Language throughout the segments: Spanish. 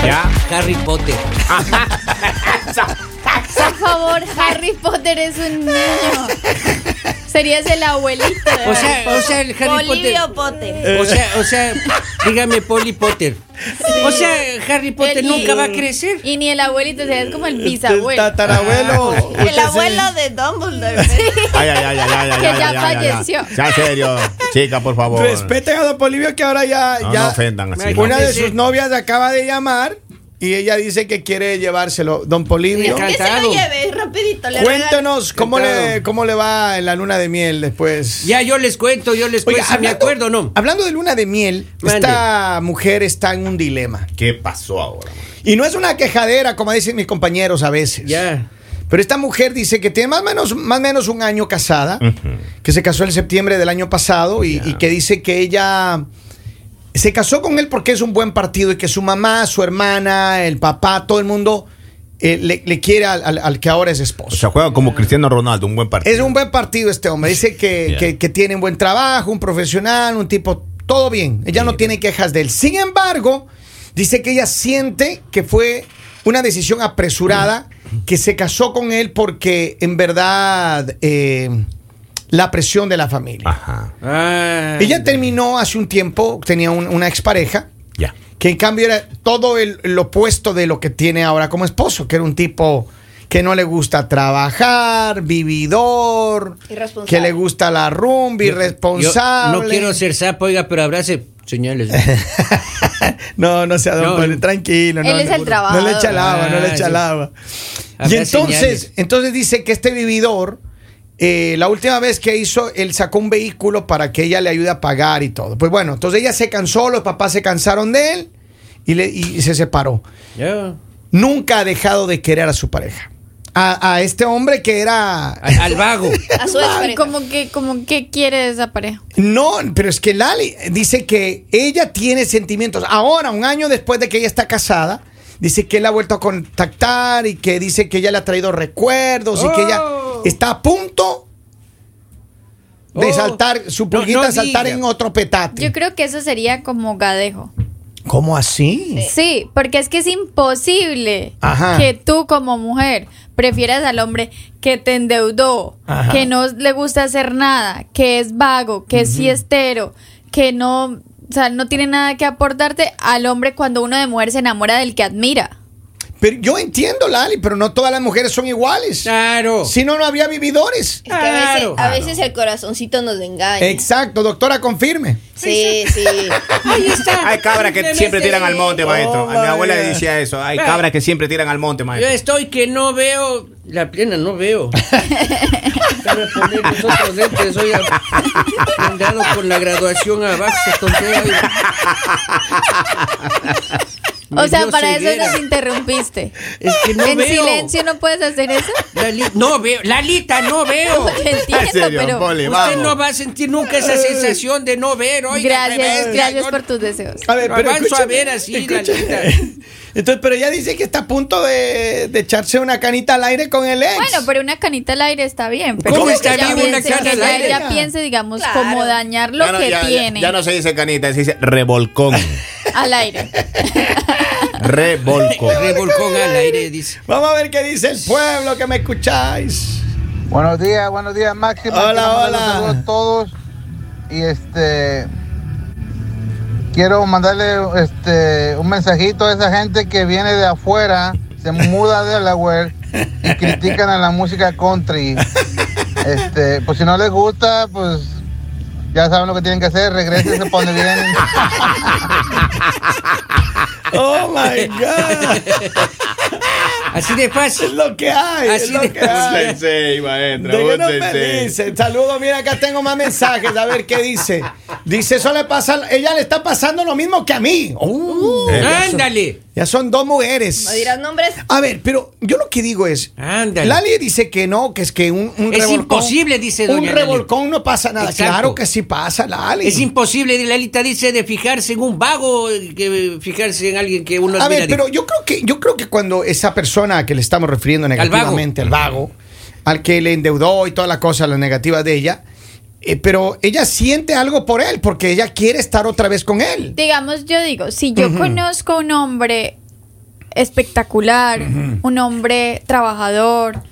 será Harry Potter. Por favor, Harry Potter es un niño. Serías el abuelito. O de Harry sea, o sea, el Harry Potter. Polivio Potter. O sea, o sea, dígame Polly Potter. O sea, Harry Potter El- nunca va a crecer. Y ni el abuelito, o sea, es como el el bisabuelo. tatarabuelo. Usted El se- abuelo de Dumbledore. ¿ves? Ay, ay, ay, ay, ay, ay, Que ay, ya ay, ay, ay. falleció. Ya, en serio, chica, por favor. Respeten a Don Polivio que ahora ya. No, ya no ofendan así. Una Una de Sí. sus novias acaba de llamar y ella dice que quiere llevárselo. Don Me Polivio, encanta. Que se Encantado. lo lleve rapidito. le cuéntenos cómo le, Encantado. cómo le va en la luna de miel después. Ya yo les cuento, yo les Oiga, cuento si me acuerdo o no. Hablando de luna de miel, Mande. esta mujer está en un dilema. ¿Qué pasó ahora? Y no es una quejadera, como dicen mis compañeros a veces. Ya. Pero esta mujer dice que tiene más o menos, más o menos un año casada, que se casó en septiembre del año pasado y, y que dice que ella se casó con él porque es un buen partido y que su mamá, su hermana, el papá, todo el mundo eh, le, le quiere al, al- al que ahora es O esposo. sea, juega como Cristiano Ronaldo, un buen partido. Es un buen partido este hombre. Dice que, Ya. que- que tiene un buen trabajo, un profesional, un tipo, todo bien. Ella no tiene quejas de él. Sin embargo, dice que ella siente que fue una decisión apresurada, que se casó con él porque en verdad eh, la presión de la familia. Ajá, Ah. Ella terminó hace un tiempo, tenía un- una expareja ya. que en cambio era todo el, el opuesto de lo que tiene ahora como esposo, que era un tipo que no le gusta trabajar, vividor, Irresponsable. que le gusta la rumba, Yo- yo irresponsable. no quiero ser sapo, oiga, pero abrace señales. No, no sea don No, Poli, no. tranquilo. no, Él es no, el trabajador. No le echa el agua, no le Ah, echa el sí. agua. Y Habrá entonces, señales. entonces dice que este vividor, eh, la última vez que hizo, él sacó un vehículo para que ella le ayude a pagar y todo. Pues bueno, entonces ella se cansó, los papás se cansaron de él y, le, y se separó. Ya. nunca ha dejado de querer a su pareja. A, a este hombre que era. Al, al vago. A su Ah, expareja. como que, como que quiere esa pareja. No, pero es que Lali dice que ella tiene sentimientos. Ahora, un año después de que ella está casada, dice que él la ha vuelto a contactar y que dice que ella le ha traído recuerdos y que ella Oh. está a punto de Oh. saltar su No, pulguita, no saltar diga. en otro petate. Yo creo que eso sería como gadejo. ¿Cómo así? Eh, Sí, porque es que es imposible Ajá. que tú como mujer prefieras al hombre que te endeudó, Ajá. que no le gusta hacer nada, que es vago, que es siestero, que no, o sea, no tiene nada que aportarte al hombre cuando uno de mujer se enamora del que admira. Pero yo entiendo, Lali, pero no todas las mujeres son iguales. Claro. Si no, no habría vividores. Es que a veces, Claro. a veces el corazoncito nos engaña. Exacto, doctora, confirme. Sí, sí. Ahí está. Hay cabras que siempre tiran al monte, maestro. Oh, A mi abuela le vaya. decía eso. Hay Vaya. cabras que siempre tiran al monte, Yo maestro. estoy que no veo la plena, no veo. Déjame poner los otros lentes, oiga. Me han dado con la graduación abajo, tonteo, oiga. Me o sea, dio para ceguera. eso nos interrumpiste. Es que no en veo. silencio no puedes hacer eso. Lali- no veo, Lalita, no veo. Te entiendo, serio, pero Poli? Usted vamos. no va a sentir nunca esa sensación de no ver, oiga. gracias, revés, gracias yo- por tus deseos. A ver, Pero pero avanzo escúchame, a ver así, escúchame. Lalita. Entonces, pero ella dice que está a punto de, de echarse una canita al aire con el ex. Bueno, pero una canita al aire está bien. Pero ¿Cómo que está ella bien una piense- canita que al ella- aire? Ella piense, digamos, Claro. cómo dañar lo Ya no- que ya- ya- tiene ya no se dice canita, se dice revolcón. al aire. revolcón. Revolcón al aire, dice. Vamos a ver qué dice el pueblo que me escucháis. Buenos días, buenos días, Máximo. Hola, Quiero mandarle hola. un saludo a todos. Y este. Quiero mandarle este, un mensajito a esa gente que viene de afuera, se muda de Delaware y critican a la música country. Este, pues si no les gusta, pues ya saben lo que tienen que hacer, regresen por donde vienen. Oh my God. Así de es fácil. lo que hay. es Así lo de que hay. sensei, maestro. ¿De qué un no me sensei. dicen? Saludos, mira, acá tengo más mensajes. A ver qué dice. Dice, eso le pasa, ella le está pasando lo mismo que a mí. Uh, ya son- Ándale. Ya son dos mujeres. ¿No dirás nombres? A ver, pero yo lo que digo es, Ándale. Lali dice que no, que es que un, un Es revolcón- imposible, dice Un doña Lali. revolcón no pasa nada. Exacto. Claro que sí pasa, Lali. Es imposible, Lalita dice, de fijarse en un vago, eh, que fijarse en alguien que uno A ver, admira, pero dijo. yo creo que yo creo que cuando esa persona a que le estamos refiriendo negativamente, al vago, al que le endeudó y toda la cosa, la negativa de ella, eh, pero ella siente algo por él porque ella quiere estar otra vez con él. digamos, yo digo, si yo conozco a un hombre espectacular, un hombre trabajador,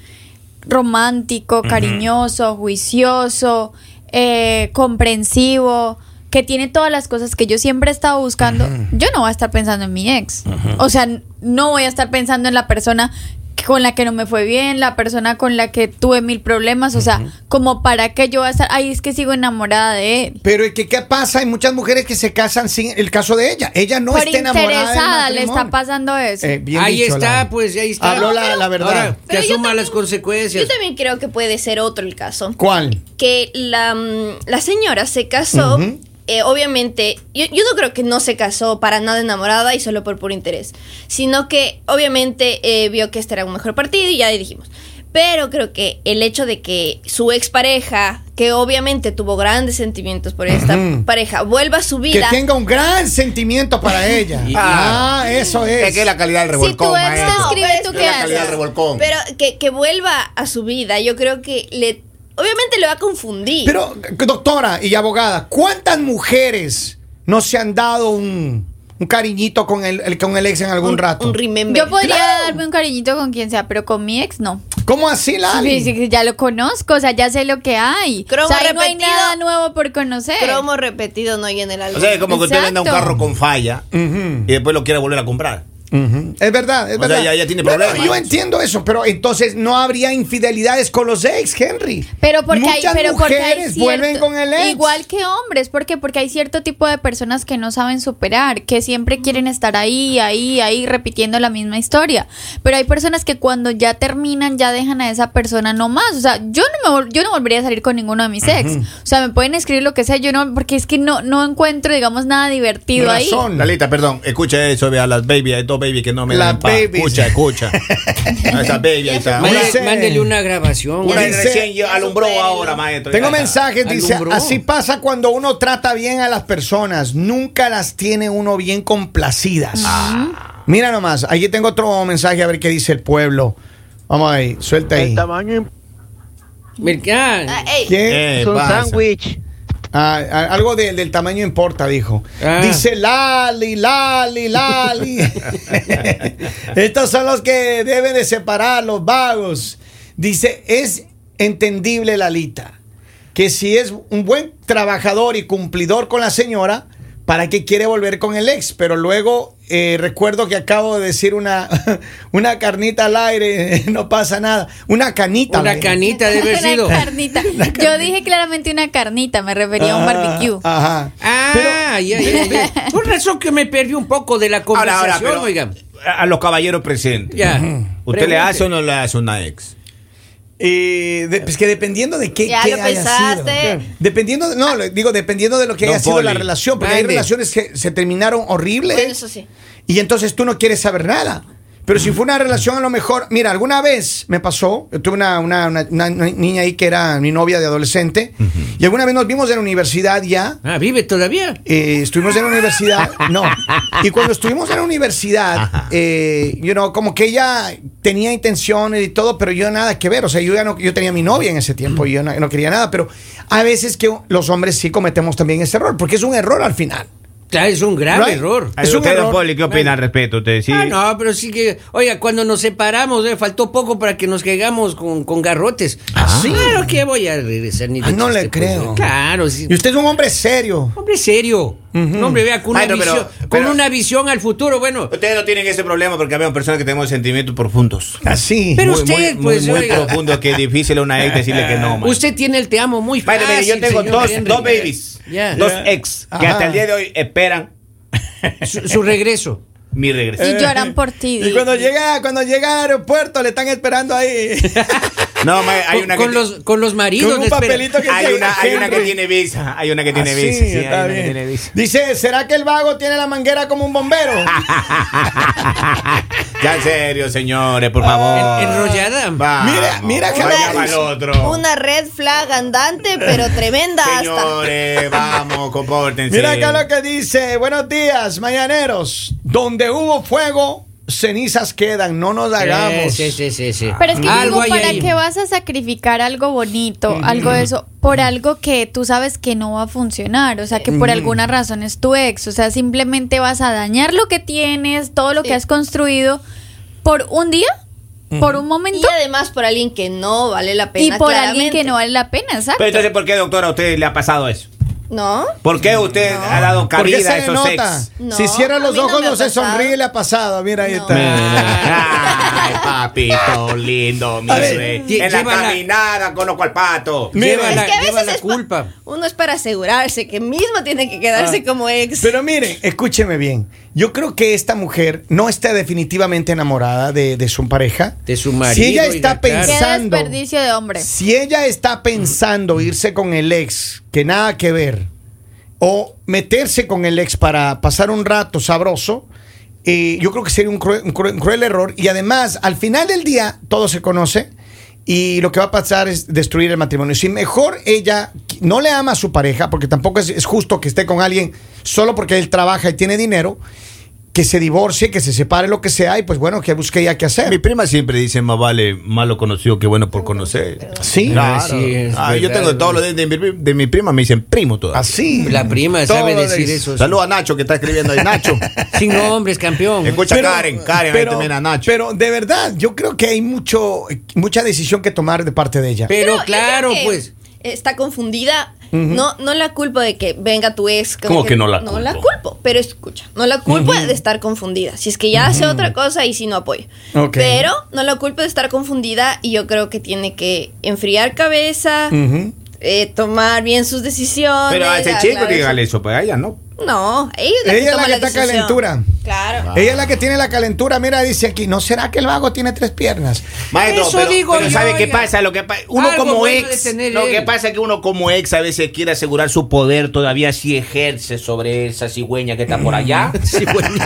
romántico, cariñoso, juicioso, eh, comprensivo, que tiene todas las cosas que yo siempre he estado buscando, yo no voy a estar pensando en mi ex. O sea, n- no voy a estar pensando en la persona que- con la que no me fue bien, la persona con la que tuve mil problemas, o sea, como para qué yo voy a estar, ay, es que sigo enamorada de él. Pero ¿qué, ¿qué pasa? Hay muchas mujeres que se casan sin el caso de ella. Ella no Por está enamorada. del interesada le está matrimonio. pasando eso. Eh, bien ahí dicho, está, Laura. pues, ahí está. Habló la- la verdad. Ahora, que Pero yo asuma también- las consecuencias. Yo también creo que puede ser otro el caso. ¿Cuál? Que la, mm, la señora se casó. Ujú. eh, obviamente, yo, yo no creo que no se casó para nada enamorada y solo por puro interés, sino que obviamente eh, vio que este era un mejor partido y ya le dijimos. Pero creo que el hecho de que su expareja, que obviamente tuvo grandes sentimientos por esta Ujú. pareja, vuelva a su Que vida. tenga un gran sentimiento para ella. Y- ah, eso es. Es que es la calidad si del revolcón, tu ex te maestro. escribe, No, ¿tú Es qué la calidad del haces? revolcón. Pero que, que vuelva a su vida, yo creo que le obviamente le va a confundir. Pero, doctora y abogada, ¿cuántas mujeres no se han dado un, un cariñito con el, el- con el ex en algún un, rato? un remember. Yo podría Claro. darme un cariñito con quien sea, pero con mi ex no. ¿Cómo así, Lali? Sí, sí, sí, ya lo conozco, o sea, ya sé lo que hay. Cromo o sea, ahí no hay repetido. nada nuevo por conocer. Cromo repetido no llena el O álbum. sea, es como que usted venda un Exacto. carro con falla Ujú. y después lo quiere volver a comprar. Ujú. Es verdad, es O sea, verdad. ya- ya tiene Bueno, problemas. yo entiendo eso, pero entonces no habría infidelidades con los ex, Henry. Pero porque Muchas hay, pero porque hay mujeres cierto- vuelven con el ex. Igual que hombres, ¿por qué? Porque hay cierto tipo de personas que no saben superar, que siempre quieren estar ahí, ahí, ahí, repitiendo la misma historia. Pero hay personas que cuando ya terminan, ya dejan a esa persona nomás. O sea, yo no me vol- yo no volvería a salir con ninguno de mis ex. O sea, me pueden escribir lo que sea, yo no, porque es que no, no encuentro, digamos, nada divertido ahí. Razón. Lalita, perdón, escucha eso, vea las baby, hay dos baby que no me Las dan pa. babies. Escucha, escucha. A Esa baby, ahí está. Mándele- Una, Dice- mándele una grabación. una güey. Dice- recién yo- alumbró Supérelo. ahora, maestro. Tengo Ya está. mensajes, dice, Alumbró. así pasa cuando uno trata bien a las personas, nunca las tiene uno bien complacidas. Mira nomás, aquí tengo otro mensaje a ver qué dice el pueblo. Vamos ahí, suelta ahí. El tamaño imp- Mercán. Ah, ey, ¿Qué? Eh, es un pasa. sándwich. Ah, ah, algo de- del tamaño importa, dijo. Ah. Dice Lali, Lali, Lali. Estos son los que deben de separar, los vagos. Dice, es entendible, Lalita, que si es un buen trabajador y cumplidor con la señora, ¿para qué quiere volver con el ex? Pero luego eh, recuerdo que acabo de decir una, una carnita al aire, no pasa nada. Una canita. Una le- canita debe haber sido. Una carnita. Yo dije claramente una carnita, me refería a un Ah, barbecue. Ajá. Ah, ya, ya, ya. Por razón que me perdí un poco de la Ahora, conversación, ahora, pero oiga. a a los caballeros presentes. Ya. ¿Usted Pregunte. le hace o no le hace una ex? Eh, de- pues que dependiendo de qué, Ya qué lo haya pensaste. Ah. sido. Dependiendo, de- no, lo- digo, dependiendo de lo que Don haya sido la Poli. relación, porque hay Mande. relaciones que se terminaron horribles bueno, eso sí. y entonces tú no quieres saber nada. Pero si fue una relación a lo mejor, mira, alguna vez me pasó, yo tuve una, una- una- una niña ahí que era mi novia de adolescente, y alguna vez nos vimos en la universidad ya, Ah, vive todavía. eh, estuvimos en la universidad, no. Y cuando estuvimos en la universidad, eh, you know, como que ella tenía intenciones y todo, pero yo nada que ver. O sea, yo ya no, yo tenía mi novia en ese tiempo y yo no, no quería nada. Pero a veces que los hombres sí cometemos también ese error, porque es un error al final. Claro, es un grave Right. error. Es un usted, don error. Poli, ¿qué opina al respecto? Usted sí. Ah, no, pero sí que, oiga, cuando nos separamos, eh, faltó poco para que nos caigamos con, con garrotes. Ah. ¿sí? Claro que voy a regresar ni de Ah, no le chiste, pues, creo. eh, Claro, sí. Y usted es un hombre serio. Hombre serio. Un Hombre, vea, con, una, Bueno, pero- visión, con pero- una visión al futuro, bueno. Ustedes no tienen ese problema porque habemos personas que tenemos sentimientos profundos. Así. Pero muy, usted, muy, pues, muy, muy oiga. profundo que es difícil a una ex decirle que no. man. Usted tiene el te amo muy Vaya, fácil. mire, yo tengo Ah, señor dos, Henry. dos babies, Ya. dos ex, que Ajá. hasta el día de hoy esperan Su, su regreso. mi regreso. Y lloran por ti. ah, eh. Y cuando llega, cuando llega al aeropuerto le están esperando ahí. No, ma, hay con, una con que los, con los maridos. Con un le espera. papelito que hay se- una, hay una que Henry. tiene visa, hay una que tiene Ah, visa. sí, sí, hay está una que bien. tiene visa. Dice, ¿será que el vago tiene la manguera como un bombero? Ya en serio, señores, por favor. Ah, En- enrollada. Vamos, Mira, mira, vaya Javier. al otro. Una red flag andante, pero tremenda hasta. Señores, vamos, compórtense. Mira acá lo que dice. Buenos días, mañaneros. Donde hubo fuego, cenizas quedan. No nos hagamos. Sí, sí, sí, sí. Pero es que yo Algo digo, hay ¿para ahí. qué vas a sacrificar algo bonito, algo de eso, por algo que tú sabes que no va a funcionar? O sea, que por alguna razón es tu ex. O sea, simplemente vas a dañar lo que tienes, todo lo que Sí. has construido por un día, por un momento Y además por alguien que no vale la y pena. por alguien claramente. que no vale la pena, exacto. Pero entonces, ¿por qué, doctora, a usted le ha pasado eso? ¿No? ¿Por qué usted ha ¿Por dado qué cabida a se le esos nota? ex? No, si cierra a los mí no ojos, me no, ha se pasado. sonríe, le ha pasado. Mira, ahí No. está. Ay, papito lindo, mi A ver, rey. lle- En la llévala. caminada conozco al pato. Mira, lleva es la, que a Ah, lleva veces la es pa- culpa. Uno es para asegurarse que mismo tiene que quedarse Ah. como ex. Pero miren, escúcheme bien. Yo creo que esta mujer no está definitivamente enamorada de, de su pareja. De su marido, Si ella oiga, está claro. Qué pensando. desperdicio de hombre. Si ella está pensando irse con el ex, que nada que ver, o meterse con el ex para pasar un rato sabroso, eh, yo creo que sería un crue- un crue- un cruel, error. Y además, al final del día, todo se conoce y lo que va a pasar es destruir el matrimonio. Si mejor ella qui- no le ama a su pareja, porque tampoco es, es justo que esté con alguien solo porque él trabaja y tiene dinero, que se divorcie, que se separe, lo que sea, y pues bueno, que busque ya qué hacer. Mi prima siempre dice, más vale malo conocido que bueno por conocer. Sí. Claro. Sí, es Ah, yo verdad, tengo todos los güey. de, de mi, pri- de mi prima, me dicen primo todavía. Así. La prima sabe Todo decir de- eso. Saludos a Nacho que está escribiendo ahí. Nacho. Sin nombres, campeón. Escucha a Karen, Karen, ahí pero- también a Nacho. pero de verdad, yo creo que hay mucho, mucha decisión que tomar de parte de ella. Pero yo claro, creo que pues. Está confundida. No, no la culpo de que venga tu ex. como ¿Cómo que no la No la culpo? culpo, pero escucha, no la culpo de estar confundida. Si es que ya hace otra cosa y si no apoyo. Ok. Pero no la culpo de estar confundida y yo creo que tiene que enfriar cabeza, Ujú. eh, tomar bien sus decisiones. Pero a ese aclarar chico sus- dígale eso, pues a ella no. No, ella es la Ella que, es la toma que está decisión. calentura. Claro. Ah. Ella es la que tiene la calentura. Mira, dice aquí, ¿no será que el vago tiene tres piernas? Maestro, Eso pero, digo pero yo, ¿sabe qué oiga. pasa? Lo que pa- uno Algo como bueno de ex, tener lo él. que pasa es que uno como ex a veces quiere asegurar su poder, todavía sí ejerce sobre esa cigüeña que está por allá. pues,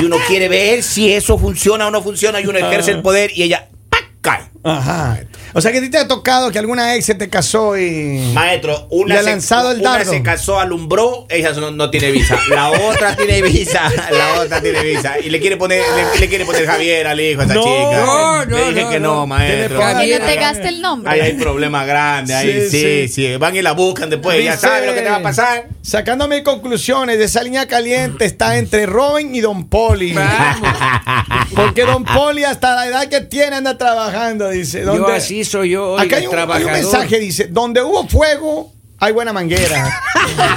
y uno quiere ver si eso funciona o no funciona y uno Ah. ejerce el poder y ella ¡pac! cae. Ajá. O sea que a ti te ha tocado que alguna ex se te casó y. Maestro, Le una, ha lanzado el una dardo. se casó, alumbró, ella no, no tiene visa. La otra tiene visa, la otra tiene visa. Y le quiere poner, le, le quiere poner Javier al hijo a esa No, chica. no, le dije no, que no, no. maestro. pongas- Que no te Javier, gaste el nombre. Ahí hay problemas grandes, ahí Sí, sí, sí, Van y la buscan después, ya Dice, saben lo que te va a pasar. Sacando mis conclusiones de esa línea caliente está entre Robin y Don Poli. Vamos. Porque Don Poli hasta la edad que tiene anda trabajando, dice. Yo ¿Dónde- así soy yo, oiga, Acá hay un, hay un trabajador. mensaje, dice, donde hubo fuego, hay buena manguera.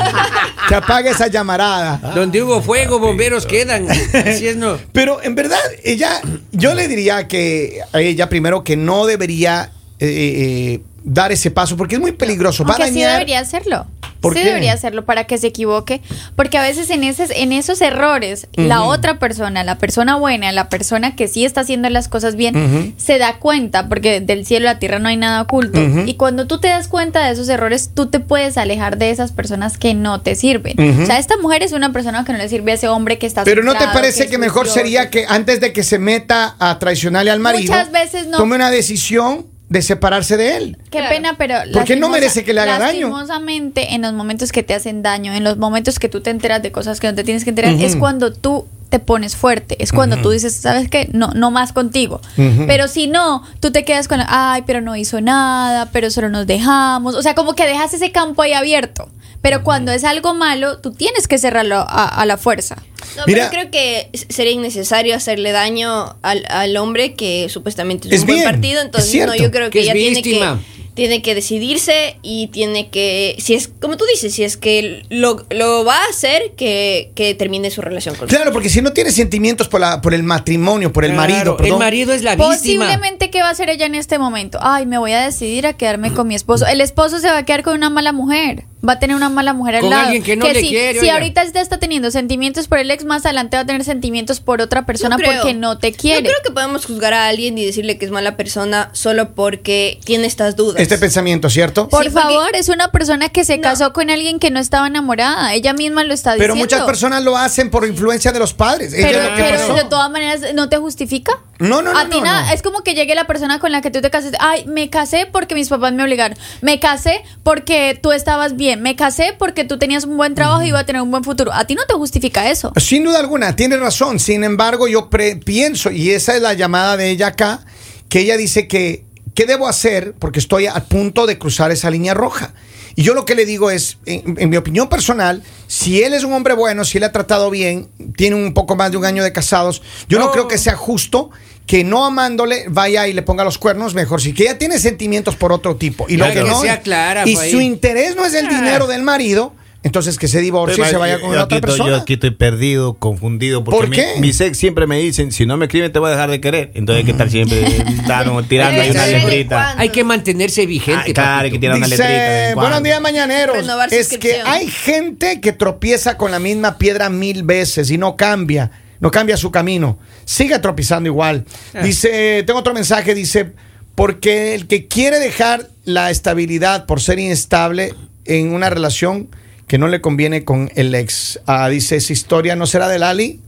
Se apaga esa llamarada. Donde hubo Ah, fuego, bomberos quedan. Así es, no. Pero en verdad, ella, yo le diría que a ella primero que no debería eh, eh, dar ese paso, porque es muy peligroso. Va a Aunque sí dañar- debería hacerlo. ¿Por sí qué? debería hacerlo para que se equivoque. Porque a veces en, esos, en esos errores, la otra persona, la persona buena, la persona que sí está haciendo las cosas bien, se da cuenta, porque del cielo a la tierra no hay nada oculto. Y cuando tú te das cuenta de esos errores, tú te puedes alejar de esas personas que no te sirven. O sea, esta mujer es una persona que no le sirve a ese hombre que está Pero ¿no te frustrado, parece es que mejor juicioso? sería que antes de que se meta a traicionarle al marido, Muchas veces no. tome una decisión de separarse de él? Qué Claro. pena, pero. Porque no lastimosa- merece que le haga daño. Lastimosamente, en los momentos que te hacen daño, en los momentos que tú te enteras de cosas que no te tienes que enterar, es cuando tú te pones fuerte, es cuando tú dices, ¿sabes qué? No, no más contigo. Pero si no, tú te quedas con, ay, pero no hizo nada, pero solo nos dejamos. O sea, como que dejas ese campo ahí abierto. Pero cuando es algo malo, tú tienes que cerrarlo a, a la fuerza. No, Mira- pero creo que s- sería innecesario hacerle daño al, al hombre que supuestamente es, Es un buen bien, partido. es Entonces, cierto, no, yo creo que que ella es tiene que, víctima. tiene que decidirse y tiene que, si es, como tú dices, si es que lo, lo va a hacer, que, que termine su relación con Claro, porque si no tiene sentimientos por, la, por el matrimonio, por el Claro, marido, perdón. El marido es la víctima. Posiblemente, ¿qué va a hacer ella en este momento? Ay, me voy a decidir a quedarme con mi esposo. El esposo se va a quedar con una mala mujer. Va a tener una mala mujer al Con lado. alguien que no le si, quiere, si oiga. ahorita usted está teniendo sentimientos por el ex, más adelante va a tener sentimientos por otra persona creo. porque no te quiere. No creo que podemos juzgar a alguien y decirle que es mala persona solo porque tiene estas dudas. Este pensamiento, ¿cierto? Por Sí, porque- favor, es una persona que se No. casó con alguien que no estaba enamorada. Ella misma lo está Pero diciendo. muchas personas lo hacen por influencia de los padres. Ella Pero, es lo que pero pasó. de todas maneras, ¿no te justifica? No, no, no, A ti no, nada, no. es como que llegue la persona con la que tú te cases. Ay, me casé porque mis papás me obligaron. Me casé porque tú estabas bien. Me casé porque tú tenías un buen trabajo y iba a tener un buen futuro. A ti no te justifica eso. Sin duda alguna, tiene razón. Sin embargo, yo pre- pienso, y esa es la llamada de ella acá, que ella dice que, ¿qué debo hacer? Porque estoy a punto de cruzar esa línea roja. Y yo lo que le digo es, en, en mi opinión personal, si él es un hombre bueno, si él ha tratado bien, tiene un poco más de un año de casados, yo no, No. creo que sea justo que no amándole vaya y le ponga los cuernos, mejor si que ella tiene sentimientos por otro tipo. Y lo Claro. que Que no, sea clara, y pues, su ahí. interés no es el dinero del marido, entonces que se divorcie y Pues, se vaya con yo, la aquí otra estoy, yo persona. aquí estoy perdido, confundido. Porque ¿Por mi- qué? Mis, ex siempre me dicen, si no me escriben te voy a dejar de querer. Entonces hay que estar siempre dando- tirando ahí una Debe ser letrita. Juan. Hay que mantenerse vigente. Ah, claro, hay papito. que tirar una Dice, letrita. ¿eh? de vez en buenos cuando". días mañaneros. Renovar Es que suscripción. hay gente que tropieza con la misma piedra mil veces y no cambia, no cambia su camino. Sigue tropezando igual. Ah. Dice, tengo otro mensaje, dice, porque el que quiere dejar la estabilidad por ser inestable en una relación que no le conviene con el ex. Ah, dice, esa historia no será de Lali.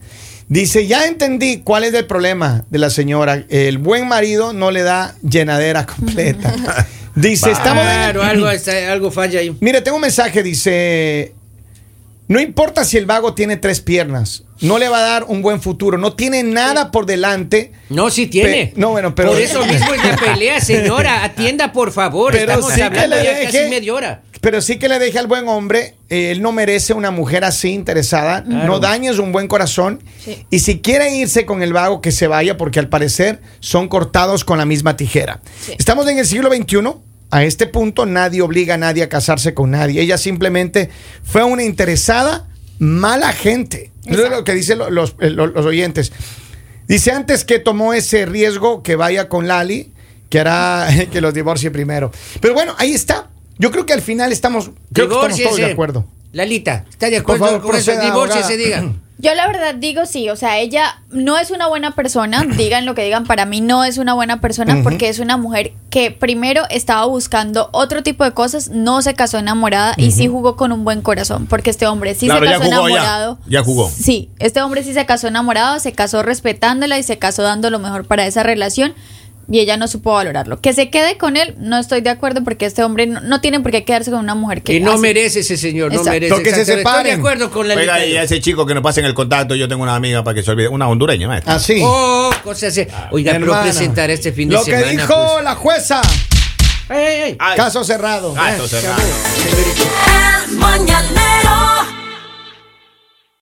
Dice, ya entendí cuál es el problema de la señora. El buen marido no le da llenadera completa. Dice, estamos en- Claro, algo, está- algo falla ahí. Mire, tengo un mensaje, dice. No importa si el vago tiene tres piernas, no le va a dar un buen futuro, no tiene nada por delante. No, sí tiene. Pe- no, bueno, pero- Por eso mismo es la pelea, señora. Atienda, por favor. Pero Estamos sí que hablando le ya deje- casi media hora. Pero sí que le deje al buen hombre, eh, él no merece una mujer así interesada, Claro. no dañes un buen corazón. Sí. Y si quiere irse con el vago, que se vaya, porque al parecer son cortados con la misma tijera. Sí. Estamos en el siglo XXI. A este punto nadie obliga a nadie a casarse con nadie. Ella simplemente fue una interesada, mala gente. Es lo que dicen lo- los- eh, lo- los oyentes. Dice antes que tomó ese riesgo que vaya con Lali, que hará que los divorcie primero. Pero bueno, ahí está. Yo creo que al final estamos, creo que estamos todos de Divórciese. acuerdo. Lalita, ¿está de Por acuerdo favor, con eso? proceda, Divorcio se abogada. diga. Yo la verdad digo sí, o sea, ella no es una buena persona, digan lo que digan, para mí no es una buena persona porque es una mujer que primero estaba buscando otro tipo de cosas, no se casó enamorada y sí jugó con un buen corazón, porque este hombre sí Claro, se ya casó jugó, ya. enamorado. Ya jugó. Sí, este hombre sí se casó enamorado, se casó respetándola y se casó dando lo mejor para esa relación. Y ella no supo valorarlo. Que se quede con él, no estoy de acuerdo porque este hombre no, no tiene por qué quedarse con una mujer que Que no hace- merece ese señor, no Exacto. merece. Que se Exacto, Estoy separen. de acuerdo con Lalita. Oiga, y a ese chico que nos pasen el contacto, yo tengo una amiga para que se olvide. Una hondureña, maestra. Así. Oh, cosas así. Oiga, pero Hermana, presentar este fin de Lo semana. que dijo la jueza. Ah, pues. Ey, ey, ey. Ay, ah, Caso cerrado. gato cerrado. El mañanero